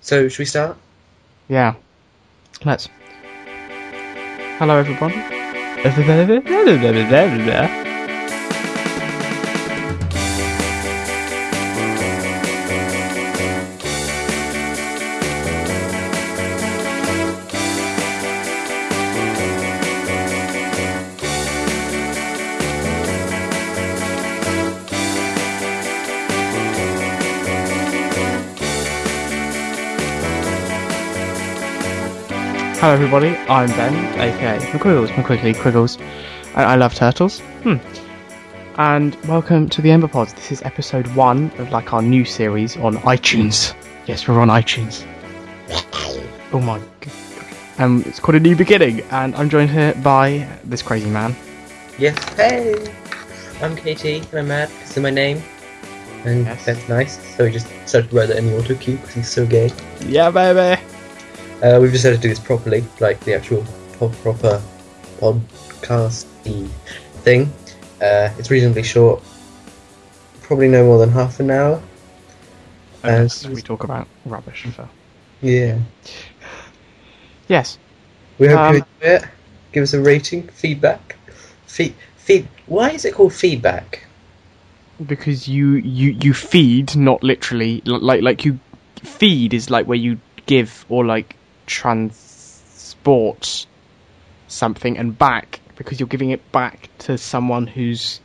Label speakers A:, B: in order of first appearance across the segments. A: So, should we start?
B: Yeah. Let's. Hello, everyone. Hello, everybody. I'm Ben, aka McQuiggles, McQuiggly, Quiggles, and I love turtles. Hmm. And welcome to the Ember Pods. This is episode one of like our new series on iTunes. Yes, we're on iTunes. Oh my. g- Um, it's called a new beginning, and I'm joined here by this crazy man.
A: Yes. Hey! I'm Katie, and I'm mad because of my name. And
B: Yes.
A: that's nice. So we just decided to write that in the auto cue because he's so gay.
B: Yeah, baby.
A: Uh, we've decided to do this properly, like the actual po- proper podcast thing. Uh, it's reasonably short, probably no more than half an hour.
B: Unless
A: Uh,
B: we talk about rubbish. For...
A: Yeah.
B: Yes.
A: We hope
B: Um,
A: you enjoy it. Give us a rating, feedback. Feed, feed. Why is it called feedback?
B: because you you you feed not literally li- like like you feed is like where you give or like transport something and back because you're giving it back to someone who's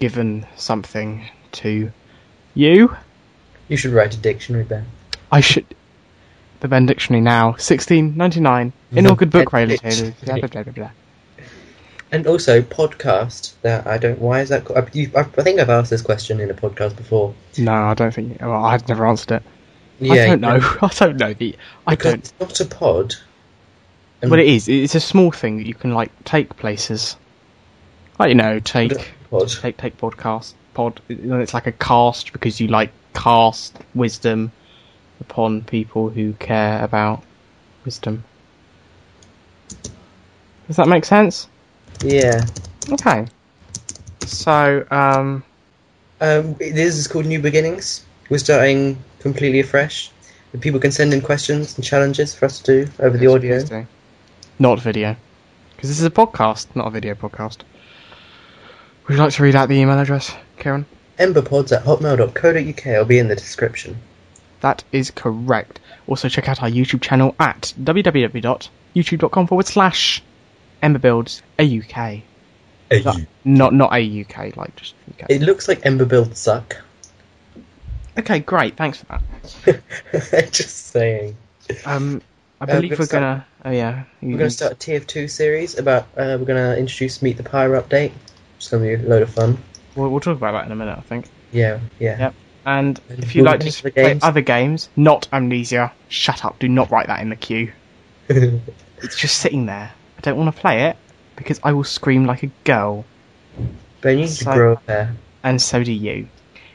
B: given something to you
A: You should write a dictionary, Ben.
B: i should the ben dictionary now 1699 in all good book
A: Ben
B: releases blah, blah,
A: Dictionary.
B: blah, blah, blah.
A: And also podcast. That I don't. Why is that? called- I, you, I, I think I've asked this question in a podcast before.
B: no i don't think well, i've never answered it i
A: you
B: don't know i don't know the i
A: Because um,
B: don't
A: it's not a pod. And
B: Well, it is. It's a small thing that you can like take places. Like you know, take
A: Pod.
B: take take podcast pod. And then it's like a cast because you like cast wisdom upon people who care about wisdom. Does that make sense?
A: Yeah.
B: Okay. So, um,
A: Um, this is called New Beginnings. We're starting completely afresh. The People can send in questions and challenges for us to do over the audio.
B: not video, because this is a podcast, not a video podcast. Would you like to read out the email address, Karen?
A: Emberpods at hotmail.co.uk will be in the description.
B: That is correct. Also, check out our YouTube channel at www.youtube.com forward slash emberbuilds AUK. Not, not, not AUK, like just UK.
A: It looks like Ember builds suck.
B: Okay, great. Thanks for that.
A: Just saying.
B: Um, I
A: Uh,
B: believe
A: we're
B: we're
A: gonna
B: gonna. Oh, yeah.
A: We're going to start a TF2 series about. Uh, we're going to introduce Meet the Pyre update. It's going to be a load of fun.
B: We'll, we'll talk about that in a minute, I think.
A: Yeah, yeah.
B: Yep. And
A: And
B: if you'd
A: we'll
B: like to
A: finish the
B: play
A: games.
B: other games, not Amnesia, shut up. Do not write that in the queue. It's just sitting there. I don't want to play it because I will scream like a girl.
A: ben, you need to
B: So-
A: grow up there.
B: and so do you.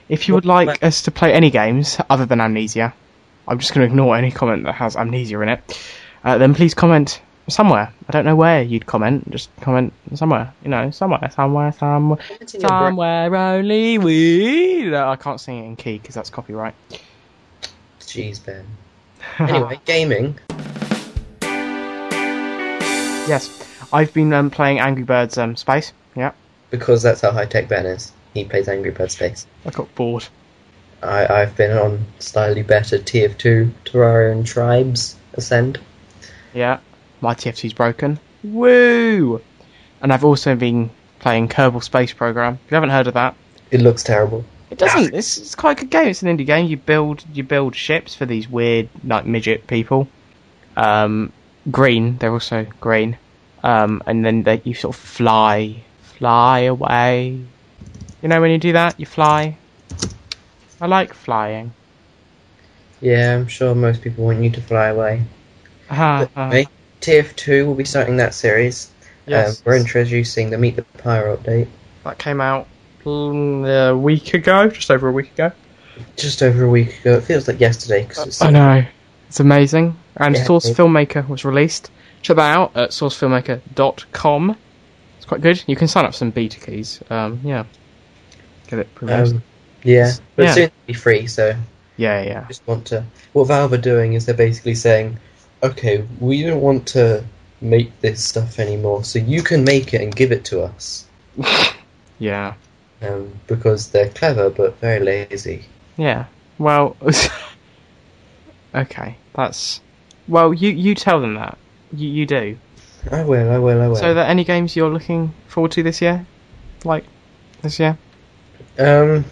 B: If you would
A: Well,
B: like us to play any games other than Amnesia, I'm just going to ignore any comment that has Amnesia in it. Uh, then please comment somewhere. I don't know where you'd comment. Just comment somewhere. You know, somewhere, somewhere, somewhere, somewhere. Only we. No, I can't sing it in key because that's copyright.
A: Jeez, Ben. Anyway, gaming.
B: yes, I've been um, playing Angry Birds um, Space. Yeah,
A: Because that's how high tech Ben is. He plays Angry Bird Space.
B: I got bored.
A: I, I've been on slightly better TF2 Terraria and Tribes Ascend.
B: Yeah, my TFT's broken. Woo! And I've also been playing Kerbal Space Program. If you haven't heard of that,
A: It looks terrible.
B: It doesn't. It's, it's quite a good game. It's an indie game. You build you build ships for these weird like midget people. Um, green. They're also green. Um, and then they, you sort of fly fly away. You know when you do that, you fly. I like flying.
A: Yeah, I'm sure most people want you to fly away.
B: Uh, uh,
A: Anyway, TF2 will be starting that series.
B: yes,
A: Um, we're introducing the Meet the Pyre update
B: that came out mm, a week ago, just over a week ago.
A: just over a week ago. It feels like yesterday because it's
B: I know. It's amazing. And
A: Yeah.
B: Source Filmmaker was released. Check that out at sourcefilmmaker.com. It's quite good. You can sign up for some beta keys. Um, yeah. Get it progressed.
A: Um, Yeah, but
B: Yeah.
A: soon it'll be free, so
B: Yeah, yeah.
A: just want to. What Valve are doing is they're basically saying, okay, we don't want to make this stuff anymore, so you can make it and give it to us.
B: Yeah.
A: Um, because they're clever but very lazy.
B: Yeah. Well, okay. That's well. You you tell them that. You you do.
A: I will, I will, I will.
B: So, are there any games you're looking forward to this year? Like this year?
A: Um.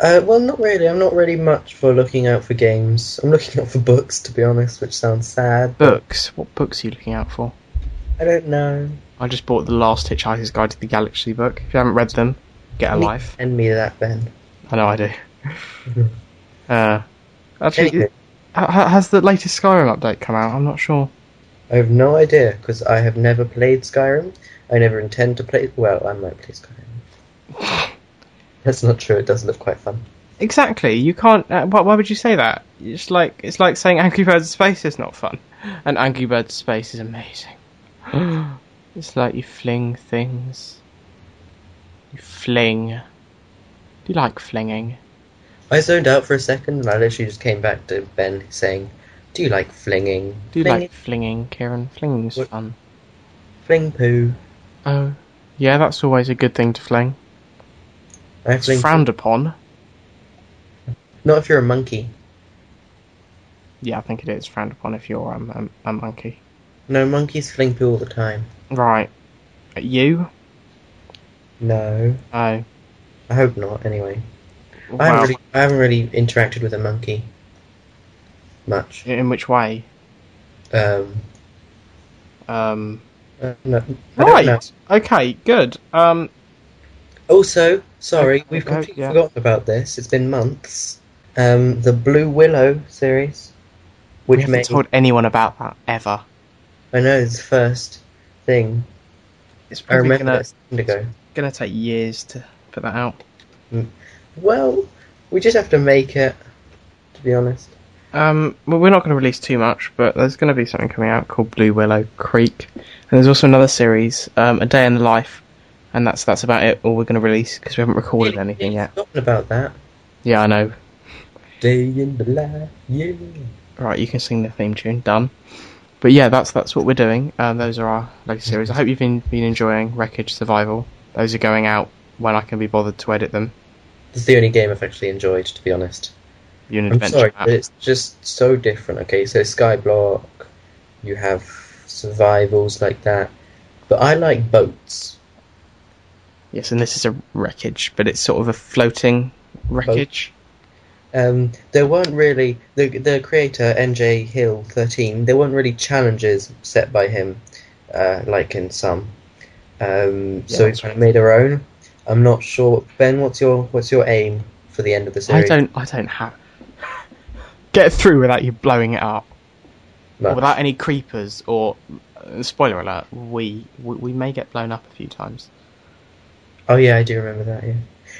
A: Uh, well, not really. I'm not really much for looking out for games. I'm looking out for books, to be honest, which sounds sad.
B: Books. What books are you looking out for?
A: I don't know.
B: I just bought the Last Hitchhiker's Guide to the Galaxy book. If you haven't read them, get a
A: Please
B: life.
A: Send me that, Ben.
B: I know I do. Uh, actually,
A: Anyway,
B: h- h- has the latest Skyrim update come out? I'm not sure.
A: I have no idea because I have never played Skyrim. I never intend to play. Well, I might play Skyrim. That's not true. It does look quite fun.
B: Exactly. You can't. Uh, why, why would you say that? It's like it's like saying Angry Birds Space is not fun, and Angry Birds Space is amazing. it's like you fling things. You fling. Do you like flinging?
A: I zoned out for a second, and I literally just came back to Ben saying, "Do you like flinging?
B: Do you
A: fling,
B: like flinging, Kieran? Flinging's
A: What-
B: fun.
A: fling poo?
B: Oh, yeah. That's always a good thing to fling.
A: I
B: It's
A: fling. poo.
B: frowned upon.
A: Not if you're a monkey.
B: Yeah, I think it is frowned upon if you're um, um, a monkey.
A: No, monkeys fling poo all the time.
B: Right. At you?
A: No,
B: Oh.
A: I hope not. Anyway, I,
B: Wow.
A: haven't really, I haven't really interacted with a monkey much.
B: In which way?
A: Um,
B: Um.
A: uh, no, I don't know.
B: Right. Okay. Good. Um.
A: Also, sorry,
B: Okay,
A: we've
B: okay,
A: completely
B: yeah.
A: forgotten about this. It's been months. Um, the Blue Willow series, which
B: we haven't
A: made
B: told anyone about that ever.
A: I know it's the first thing
B: It's
A: I
B: probably
A: remember
B: gonna
A: that a second ago.
B: gonna take years to put that out.
A: Well, we just have to make it. To be honest,
B: Um. Well, we're not gonna release too much, but there's gonna be something coming out called Blue Willow Creek, and there's also another series, um, A Day in the Life, and that's that's about it. All we're gonna release because we haven't recorded
A: Really-
B: anything
A: really
B: yet.
A: Forgotten about that.
B: Yeah, I know.
A: Day in the life, yeah.
B: Right, you can sing the theme tune. Done. But yeah, that's that's what we're doing. Um, those are our
A: Mm-hmm.
B: latest series. I hope you've been been enjoying Wreckage Survival. Those are going out when I can be bothered to edit them.
A: It's the only game I've actually enjoyed, to be honest.
B: You're an
A: I'm sorry,
B: adventure app.
A: but it's just so different. Okay, so Skyblock, you have survivals like that, but I like boats.
B: Yes, and this is a wreckage, but it's sort of a floating wreckage.
A: Um, there weren't really the the creator NJ Hill thirteen. There weren't really challenges set by him, uh, like in some. Um, so we
B: that's
A: kind of made our own. I'm not sure, Ben. What's your what's your aim for the end of the
B: I
A: series?
B: don't. I don't have. Get through without you blowing it up,
A: Much.
B: without any creepers or. uh, Spoiler alert: we, we we may get blown up a few times.
A: Oh yeah, I do remember that. Yeah.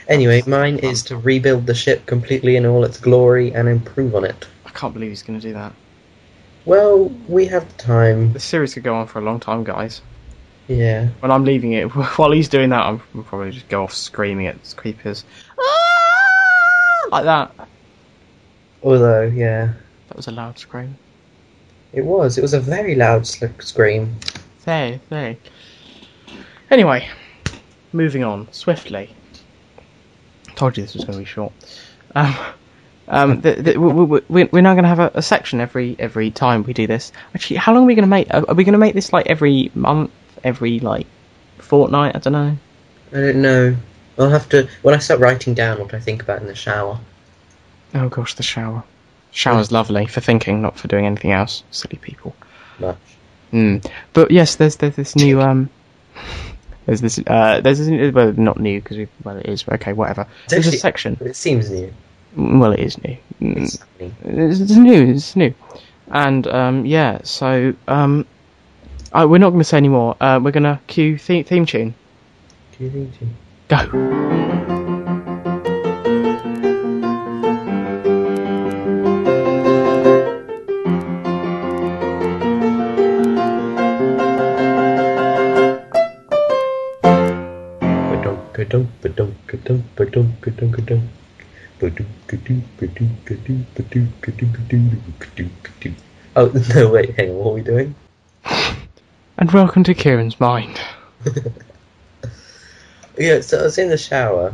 A: Anyway, mine is to rebuild the ship completely in all its glory and improve on it.
B: I can't believe he's going to do that.
A: Well, we have the time.
B: The series could go on for a long time, guys.
A: Yeah.
B: when I'm leaving it, while he's doing that, I'm I'll probably just go off screaming at creepers. "Ah!" Like that.
A: Although, yeah,
B: That was a loud scream.
A: it was. It was a very loud sl- scream.
B: There, there. Anyway, moving on swiftly. Told you this was going to be short. Um, um, the, the, we, we, we- we're now going to have a, a section every every time we do this. Actually, how long are we going to make? Are, are we going to make this like every month, every like fortnight? I don't know.
A: I don't know. I'll have to when I start writing down what I think about in the shower.
B: Oh gosh, the shower. Shower's lovely for thinking, not for doing anything else. Silly people.
A: Much.
B: Mm. But yes, there's there's this new um. There's this uh there's this well not new because we well it is okay whatever. There's a
A: actually-
B: section.
A: But it seems new.
B: Mm, Well, it is new. Mm,
A: It's new.
B: It's, it's new. It's new. And um yeah, so um, I, we're not going to say any more. Uh, we're going to cue theme, theme tune.
A: Do you think? Too?
B: Go.
A: Ba-dum, ba-dum, ba-dum, ba-dum, ba-dum, dum ka dum ka dum. Ba-doo, ka-doo, ba-doo, ka-doo, ba-doo, ka-doo, ka-doo, ka-doo, ka-doo. Oh, no, wait, hang on, what are we doing?
B: And welcome to Kieran's mind,
A: Yeah, so I was in the shower,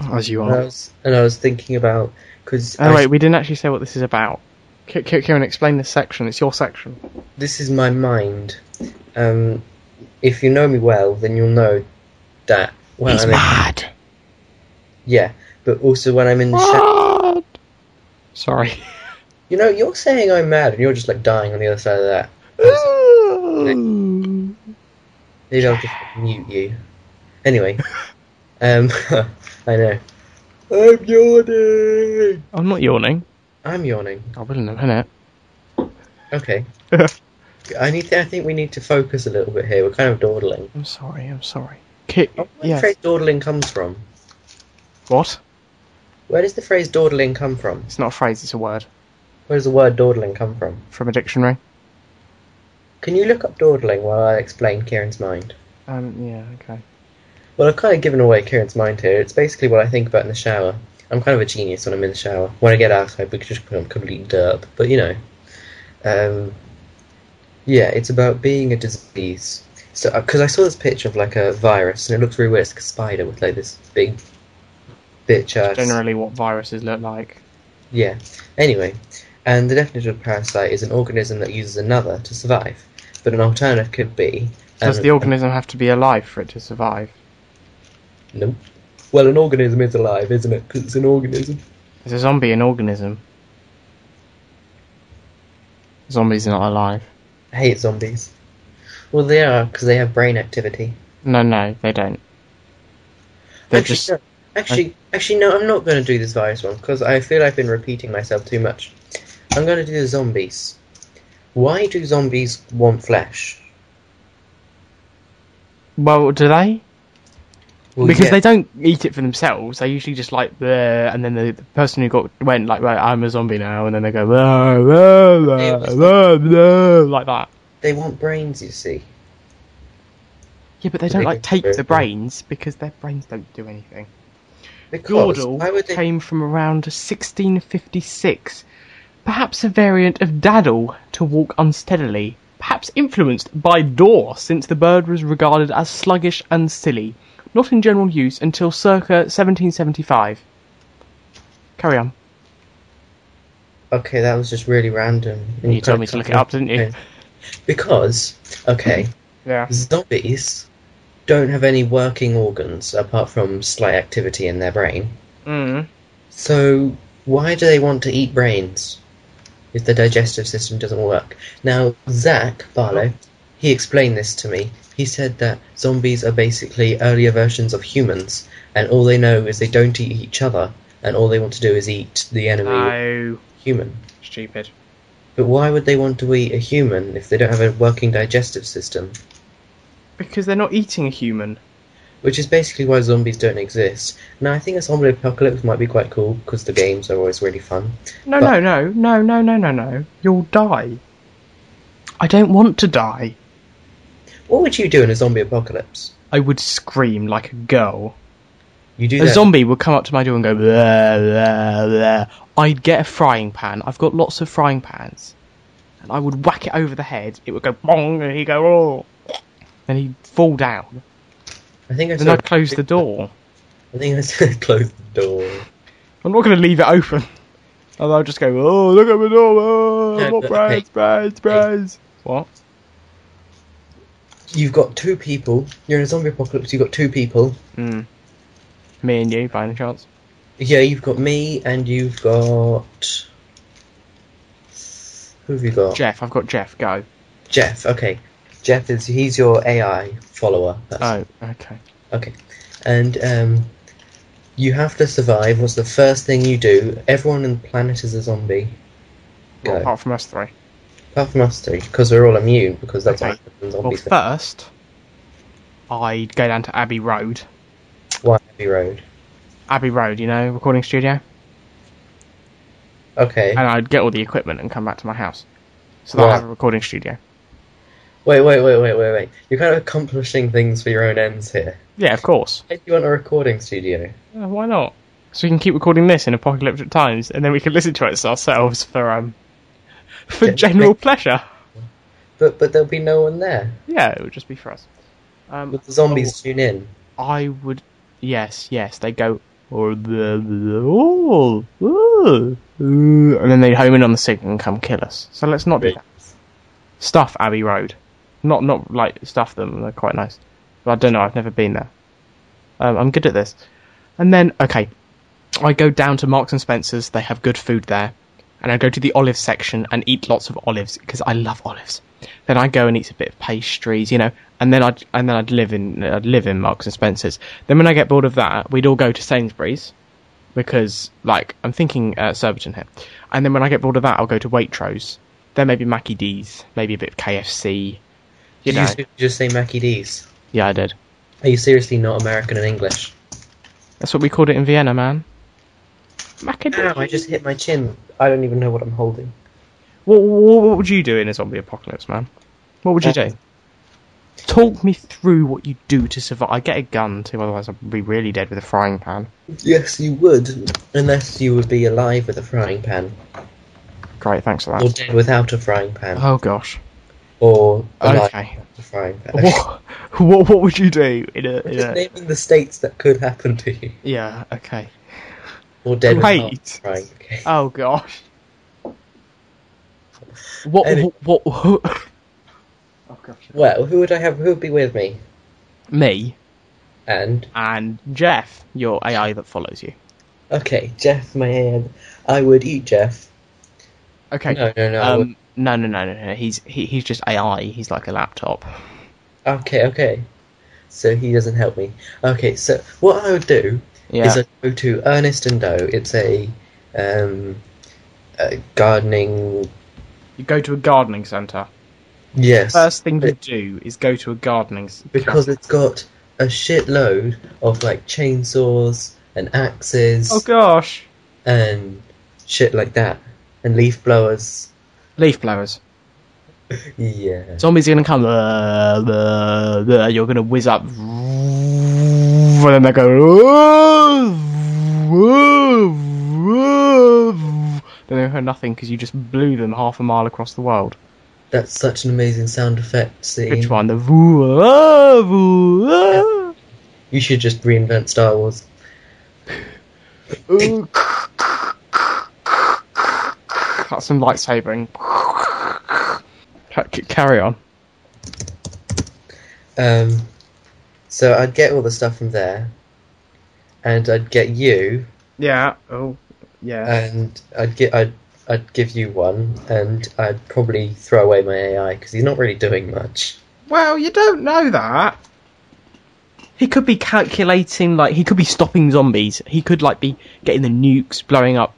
B: as you
A: and I
B: are.
A: was, and I was thinking about, because
B: Oh wait, we didn't actually say what this is about. Ki- Ki- Kieran, explain this section. It's your section.
A: this is my mind. Um, if you know me well, then you'll know that when I'm in,
B: mad.
A: yeah, but also when I'm in the
B: Ah!
A: shower,
B: Mad. Sorry.
A: you know, you're saying I'm mad, and you're just like dying on the other side of that. Maybe I'll just mute you. Anyway, um, I know. I'm yawning.
B: I'm not yawning.
A: I'm yawning.
B: I will in a minute.
A: Okay. I need. To, I think we need to focus a little bit here. We're kind of dawdling.
B: I'm sorry. I'm sorry. Ki-
A: Oh, where the
B: yes.
A: phrase dawdling comes from?
B: What?
A: Where does the phrase dawdling come from?
B: It's not a phrase. It's a word
A: Where does the word dawdling come from?
B: from a dictionary.
A: Can you look up dawdling while I explain Kieran's mind?
B: Um. Yeah. Okay.
A: Well, I've kind of given away Kieran's mind here. It's basically what I think about in the shower. I'm kind of a genius when I'm in the shower. When I get outside, we could just become complete derp. But you know, um, yeah, it's about being a disease. So, because I saw this picture of like a virus, and it looks really weird. It's like a spider with like this big bitch ass.
B: Generally, what viruses look like.
A: Yeah. Anyway, and the definition of parasite is an organism that uses another to survive. But an alternative could be.
B: Does
A: um,
B: the organism have to be alive for it to survive?
A: Nope. Well, an organism is alive, isn't it? 'Cause it's an organism.
B: Is a zombie an organism? Zombies are not alive.
A: I hate zombies. Well, they are because they have brain activity.
B: No, no, they don't. They're
A: actually,
B: just.
A: no, actually, actually, no. I'm not going to do this virus one because I feel I've been repeating myself too much. I'm going to do the zombies. Why do zombies want flesh?
B: Well, do they?
A: Well,
B: because
A: yeah,
B: they don't eat it for themselves. They usually just like bleh, and then the, the person who got went like, right, I'm a zombie now, and then they go blah, blah, blah,
A: Yeah, it's-
B: blah, blah, like that.
A: they want brains. You see,
B: Yeah, but they
A: They
B: don't like
A: do.
B: take
A: Yeah.
B: the brains because their brains don't do anything.
A: because why
B: Gordle
A: would they?
B: came from around 1656, perhaps a variant of daddle to walk unsteadily, perhaps influenced by daw, since the bird was regarded as sluggish and silly, not in general use until circa 1775. Carry on.
A: Okay, that was just really random. and
B: You told
A: kinda
B: me to look it
A: can't-
B: up, didn't you?
A: Because okay.
B: Yeah.
A: zombies don't have any working organs apart from slight activity in their brain.
B: Mm.
A: So why do they want to eat brains if the digestive system doesn't work? Now Zach Barlow, he explained this to me. He said that zombies are basically earlier versions of humans, and all they know is they don't eat each other, and all they want to do is eat the enemy
B: Oh,
A: human.
B: stupid.
A: But why would they want to eat a human if they don't have a working digestive system?
B: Because they're not eating a human.
A: Which is basically why zombies don't exist. Now, I think a zombie apocalypse might be quite cool because the games are always really fun.
B: No,
A: But-
B: no, no, no, no, no, no, no. You'll die. I don't want to die.
A: What would you do in a zombie apocalypse?
B: I would scream like a girl.
A: You do
B: A
A: that.
B: zombie would come up to my door and go, blah, blah, blah. I'd get a frying pan. I've got lots of frying pans. And I would whack it over the head. It would go bong, and he'd go, oh. And he'd fall down.
A: I think I
B: Then
A: saw.
B: I'd close the door.
A: I think I said close the door.
B: I'm not going to leave it open. And I'll just go, oh, look at my door. Oh,
A: No,
B: what
A: but-
B: brains, brains, brains. What?
A: You've got two people. You're in a zombie apocalypse. You've got two people.
B: Mm. Me and you, by any chance?
A: Yeah, you've got me and you've got. Who have you got?
B: Jeff, I've got Jeff. Go.
A: Jeff. Okay, Jeff is he's your AI follower. That's
B: Oh, okay.
A: Okay. And um, you have to survive. What's the first thing you do? Everyone on the planet is a zombie.
B: Well,
A: Go.
B: apart from us three.
A: Apart from us three, because we're all immune, because that's
B: Okay.
A: what happens when
B: Well,
A: zombies. get-
B: first, I'd go down to Abbey Road.
A: Why Abbey Road?
B: Abbey Road, you know, recording studio.
A: Okay.
B: And I'd get all the equipment and come back to my house. So that I'd
A: Right.
B: have a recording studio.
A: Wait, wait, wait, wait, wait, wait. You're kind of accomplishing things for your own ends here.
B: Yeah, of course.
A: Why do you want a recording studio?
B: Yeah, why not? So we can keep recording this in apocalyptic times, and then we can listen to it ourselves for um for
A: Yeah,
B: general pleasure.
A: But but there'll be no one there.
B: Yeah, it would just be for us. Um,
A: But the zombies tune in.
B: I would. Yes, yes. They go. "Oh, blah, blah, oh, oh, oh," And then they home in on the signal and come kill us. So let's not do that. Stuff Abbey Road. Not not like stuff them. They're quite nice. But I don't know. I've never been there. Um, I'm good at this. And then okay, I go down to Marks and Spencers. They have good food there. And I go to the olive section and eat lots of olives because I love olives. Then I go and eat a bit of pastries, you know, and then I'd and then I'd live in I'd live in Marks and Spencers. Then when I get bored of that, we'd all go to Sainsbury's because like I'm thinking uh, Surbiton here. And then when I get bored of that, I'll go to Waitrose. Then maybe Mackie D's, maybe a bit of KFC. You
A: Did
B: know,
A: you s- just say Mackie D's?
B: yeah, I did.
A: Are you seriously not American and English?
B: That's what we called it in Vienna, man. Mackie
A: Ow, I just hit my chin. I don't even know what I'm holding.
B: What, what, what would you do in a zombie apocalypse, man? What would you do? Talk me through what you do to survive. I get a gun too, otherwise I'd be really dead with a frying pan.
A: Yes, you would. Unless you would be alive with a frying pan.
B: Great, thanks for
A: Or
B: that.
A: dead without a frying pan.
B: Oh gosh.
A: or alive
B: Okay.
A: without a frying pan.
B: What, what, what would you do in a? In
A: Just
B: a
A: naming the states that could happen to you.
B: yeah. Okay.
A: Or dead without
B: Great.
A: a frying pan.
B: Oh gosh. What?
A: Any-
B: What? what, what oh gosh.
A: Well, who would I have? Who would be with me?
B: Me
A: And
B: and Jeff, your AI that follows you.
A: okay, Jeff, my hand. I would eat Jeff.
B: Okay.
A: No, no, no. I
B: Um, no, no, no, no, no. He's he, he's just AI. He's like a laptop.
A: would- Okay, okay. So he doesn't help me. Okay, so what I would do
B: Yeah.
A: is I go to Ernest and Doe. It's a, um, a gardening.
B: you go to a gardening centre.
A: Yes,
B: First thing you
A: It-
B: do is go to a gardening. s-
A: because it's got a shitload of like chainsaws and axes
B: Oh gosh.
A: and shit like that and leaf blowers.
B: Leaf blowers.
A: Yeah.
B: Zombies are gonna come. Uh, uh, uh, you're gonna whiz up. And then they go. Then they heard nothing because you just blew them half a mile across the world.
A: That's such an amazing sound effect scene.
B: Which one? The voo. Uh, voo uh.
A: You should just reinvent Star Wars.
B: That's some lightsabering. C- Carry on.
A: Um, so I'd get all the stuff from there, and I'd get you,
B: Yeah. Oh, yeah.
A: and I'd get I'd I'd give you one, and I'd probably throw away my AI because he's not really doing much.
B: well, you don't know that. He could be calculating, like he could be stopping zombies. He could like be getting the nukes, blowing up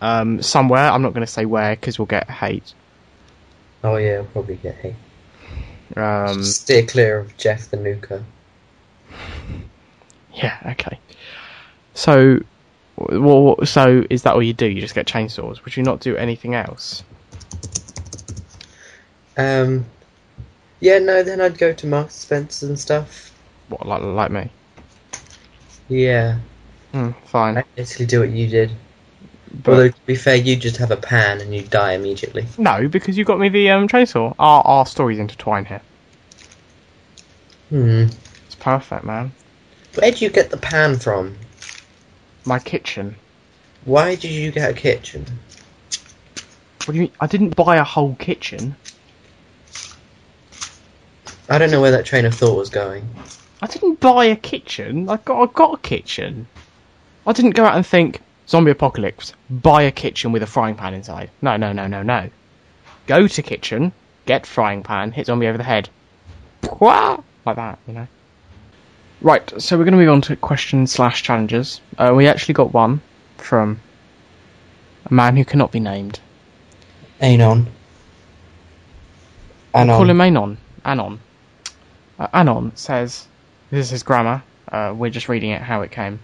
B: um, somewhere. I'm not going to say where because we'll get hate.
A: Oh yeah, I'll probably get hate.
B: Um,
A: Steer clear of Jeff the Nuker.
B: yeah. Okay. So, wh- wh- so is that all you do? You just get chainsaws? Would you not do anything else?
A: Um, yeah, no, then I'd go to Marks Spencer's and stuff.
B: What like like me?
A: Yeah,
B: Mm, fine.
A: I basically do what you did.
B: But
A: Although to be fair, you just have a pan and you die immediately.
B: no, because you got me the um, chainsaw. Our our stories intertwine here.
A: Hmm.
B: It's perfect, man.
A: Where'd you get the pan from?
B: My kitchen.
A: Why did you get a kitchen?
B: What do you mean? I didn't buy a whole kitchen.
A: I don't know where that train of thought was going.
B: I didn't buy a kitchen. I got I got a kitchen. I didn't go out and think zombie apocalypse. Buy a kitchen with a frying pan inside. No, no, no, no, no. Go to kitchen, get frying pan, hit zombie over the head. Pwah! Like that, you know. Right, so we're going to move on to question slash challenges. Uh, we actually got one from a man who cannot be named.
A: Anon. Anon.
B: Call him Anon. Anon. Uh, Anon says, this is his grammar. Uh, we're just reading it how it came.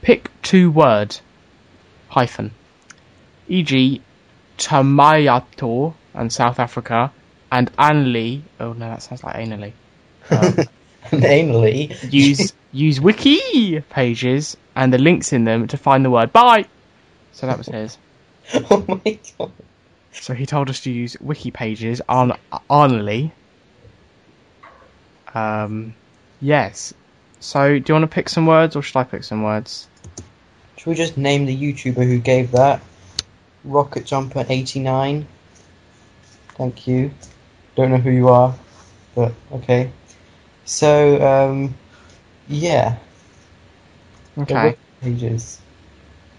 B: Pick two word E hyphen, e.g., Tamayato and South Africa and Anli. Oh no, that sounds like anally. Um,
A: Namely,
B: use use wiki pages and the links in them to find the word bye. So that was his.
A: oh my god,
B: So he told us to use wiki pages on only. Um, yes. So do you want to pick some words or should I pick some words?
A: should we just name the YouTuber who gave that? Rocket Jumper eighty nine. Thank you. Don't know who you are, but okay. So um, yeah, the
B: Okay.
A: web pages.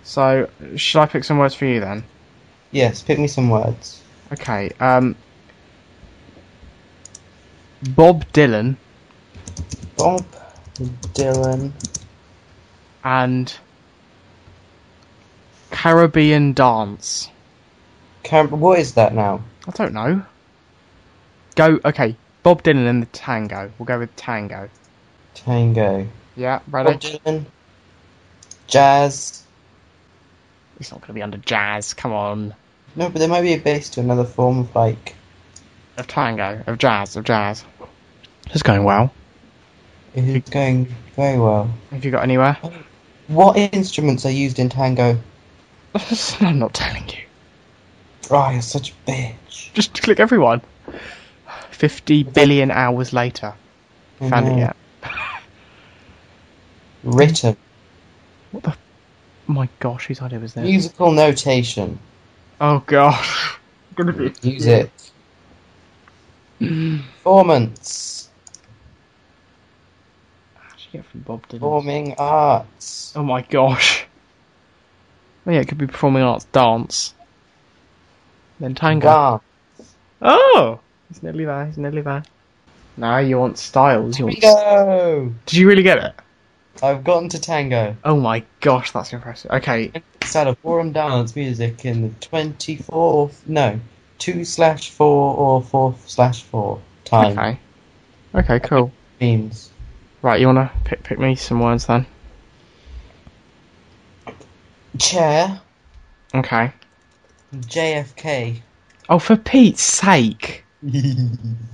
B: So should I pick some words for you then?
A: Yes, pick me some words.
B: Okay. Um, Bob Dylan
A: Bob Dylan.
B: and Caribbean dance.
A: Cam- what is that now?
B: I don't know. Go okay. Bob Dylan and the tango. We'll go with tango.
A: Tango.
B: Yeah,
A: Bob
B: ready?
A: Dylan. Jazz.
B: It's not going to be under jazz. Come on.
A: No, but there might be a base to another form of like.
B: Of tango, of jazz, of jazz. It's going well.
A: It's going very well.
B: Have you got anywhere?
A: What instruments are used in tango?
B: I'm not telling you.
A: Oh, you're such a bitch.
B: Just click everyone. 50 billion hours later.
A: I
B: Found
A: know.
B: it yet?
A: Written.
B: What the? my gosh, whose idea was this?
A: Musical notation.
B: Oh god. Gonna be.
A: Music. Performance.
B: How'd you get from Bob Dylan?
A: Performing arts.
B: Oh my gosh. Oh yeah, it could be performing arts, dance, then tango.
A: Dance.
B: Oh, he's nearly there. He's nearly there. Now you want styles. You want...
A: Tango!
B: Did you really get it?
A: I've gotten to tango.
B: Oh my gosh, that's impressive. Okay,
A: It's out of forum dance music in the 24, no, 2 slash 4 or 4 slash 4 time
B: okay, okay, cool.
A: themes.
B: Right, you wanna pick pick me some words then?
A: Chair.
B: Okay.
A: JFK.
B: Oh, for Pete's sake!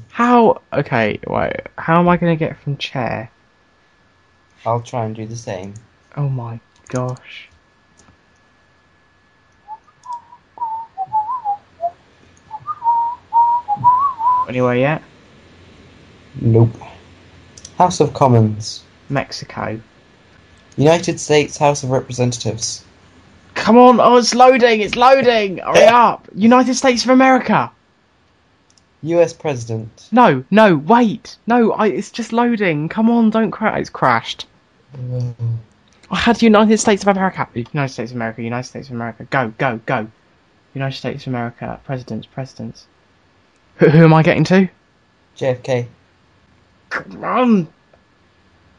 B: How? Okay, wait. How am I gonna get from chair?
A: I'll try and do the same.
B: Oh my gosh. Anywhere yet?
A: Nope. House of Commons.
B: Mexico.
A: United States House of Representatives.
B: Come on! Oh, it's loading! It's loading! Hurry up! United States of America.
A: US President.
B: No, no, wait, no! I, it's just loading. Come on, don't crash. It's crashed. I had United States of America. United States of America. United States of America. Go, go, go! United States of America. Presidents, presidents. Who, who am I getting to?
A: JFK.
B: Come on!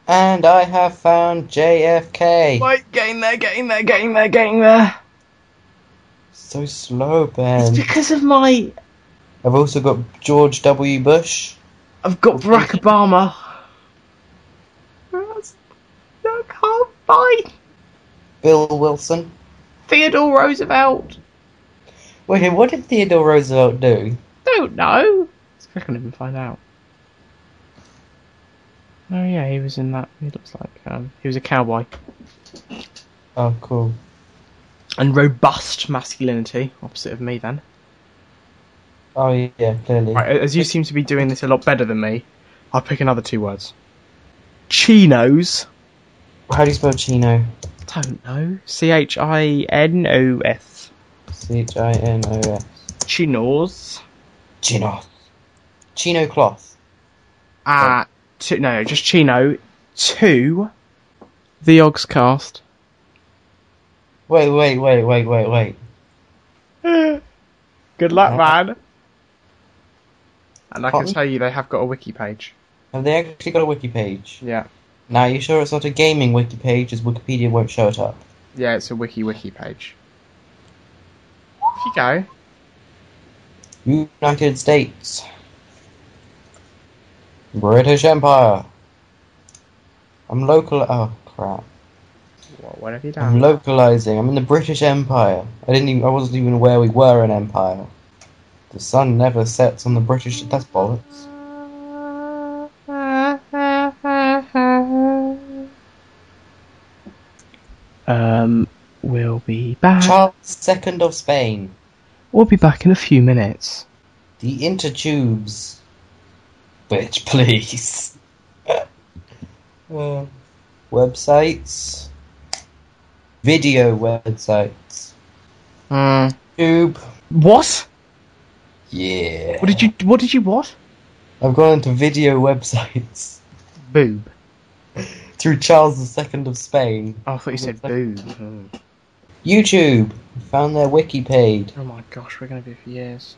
A: And I have found JFK.
B: Wait, getting there, getting there, getting there, getting there.
A: So slow,
B: It's
A: Ben.
B: because of my.
A: I've also got George W. Bush.
B: I've got Barack Obama. That's- I can't find
A: Bill Wilson.
B: Theodore Roosevelt.
A: Wait, what did Theodore Roosevelt do?
B: Don't know. Let's click on him and find out. Oh yeah, he was in that. He looks like um, he was a cowboy.
A: Oh, cool.
B: And robust masculinity, opposite of me. Then,
A: Oh, yeah, clearly.
B: right, as you seem to be doing this a lot better than me, I'll pick another two words. Chinos.
A: How do you spell Chino?
B: Don't know. C H I N O S.
A: C H I N O S.
B: Chinos.
A: Chino. Chino cloth.
B: Uh, t- no, just Chino. Two. The Ogs cast.
A: Wait, wait, wait, wait, wait, wait.
B: Good luck, man. And I can
A: Pardon?
B: tell you they have got a wiki page.
A: Have they actually got a wiki page?
B: Yeah.
A: Now, you sure it's not a gaming wiki page as Wikipedia won't show it up?
B: Yeah, it's a wiki wiki page. If you go.
A: United States. British Empire. I'm local. Oh, crap.
B: What, what have you done?
A: I'm localizing. I'm in the British Empire. I didn't even. I wasn't even aware we were an empire. The sun never sets on the British. That's bollocks.
B: Um, we'll be back.
A: Charles II of Spain.
B: We'll be back in a few minutes.
A: The intertubes. Bitch, please. Uh, websites. Video websites.
B: Mm.
A: Tube.
B: What?
A: Yeah.
B: What did you? What did you? What?
A: I've gone into video websites
B: Boob.
A: through Charles II of Spain.
B: Oh, I thought you said boob. Oh.
A: YouTube. Found their wiki page.
B: Oh my gosh, we're gonna be for years.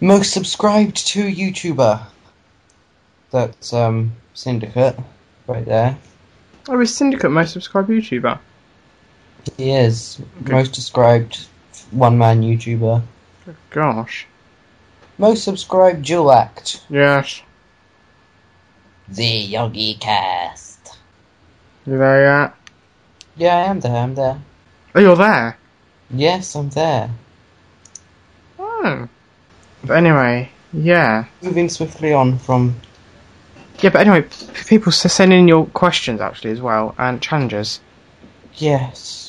A: Most subscribed to YouTuber. That's um Syndicate right there.
B: Oh, is Syndicate my subscribed YouTuber?
A: He is
B: Okay.
A: most subscribed one man YouTuber.
B: Gosh.
A: Most subscribed dual act.
B: Yes.
A: The Yogi Cast.
B: You there yet?
A: Yeah, I am there. I'm there.
B: Oh, you're there.
A: Yes, I'm there.
B: Oh. But anyway, yeah.
A: Moving swiftly on from
B: Yeah, but anyway, p- people s- send in your questions actually as well and challenges.
A: yes,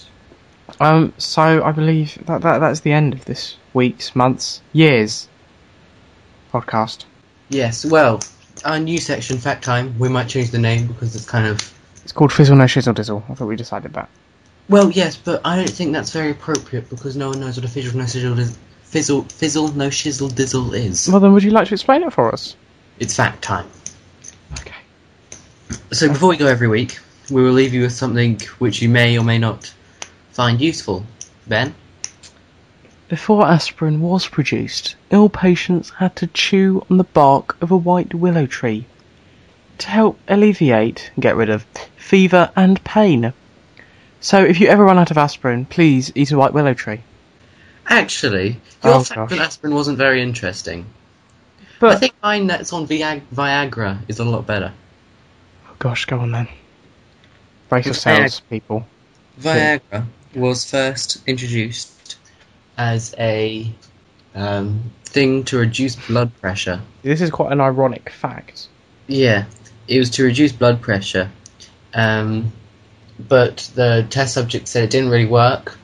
B: Um, so I believe that, that that's the end of this week's, month's, year's podcast.
A: yes. Well, our new section, fact time. We might change the name because it's kind of
B: It's called Fizzle No Shizzle Dizzle. I thought we decided that.
A: Well, yes, but I don't think that's very appropriate because no one knows what a fizzle no shizzle is. Fizzle, fizzle, no shizzle dizzle is.
B: Well, then, would you like to explain it for us?
A: It's fact time.
B: Okay.
A: So before we go every week, we will leave you with something which you may or may not find useful. Ben,
B: Before aspirin was produced, ill patients had to chew on the bark of a white willow tree to help alleviate, get rid of, fever and pain. So if you ever run out of aspirin, please eat a white willow tree.
A: actually, your
B: Oh,
A: fact
B: gosh.
A: on aspirin wasn't very interesting. I
B: But
A: think mine that's on Viag- Viagra is a lot better.
B: oh, gosh, go on then. Brace
A: It's
B: yourselves, people.
A: Viagra was first introduced as a um, thing to reduce blood pressure.
B: This is quite an ironic fact.
A: Yeah, it was to reduce blood pressure. Um, but the test subjects said it didn't really work.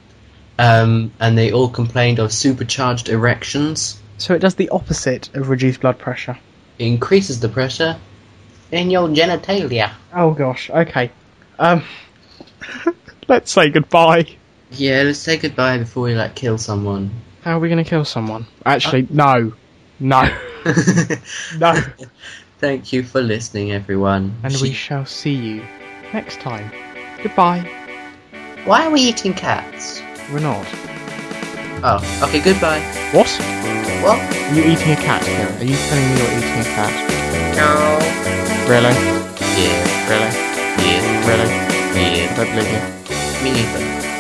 A: Um, and they all complained of supercharged erections.
B: So it does the opposite of reduce blood pressure.
A: It increases the pressure in your genitalia.
B: Oh gosh, okay. Um, let's say goodbye.
A: Yeah, let's say goodbye before we like kill someone.
B: How are we going to kill someone? Uh, Actually, no. No. No.
A: Thank you for listening, everyone.
B: and we shall see you next time. Goodbye.
A: Why are we eating cats?
B: We're not.
A: Oh, okay. Goodbye.
B: What?
A: What?
B: Are you eating a cat here? Are you telling me you're eating a cat?
A: No.
B: Really?
A: Yeah.
B: Really?
A: Yeah.
B: Really? I
A: Yeah.
B: don't believe you.
A: Me neither.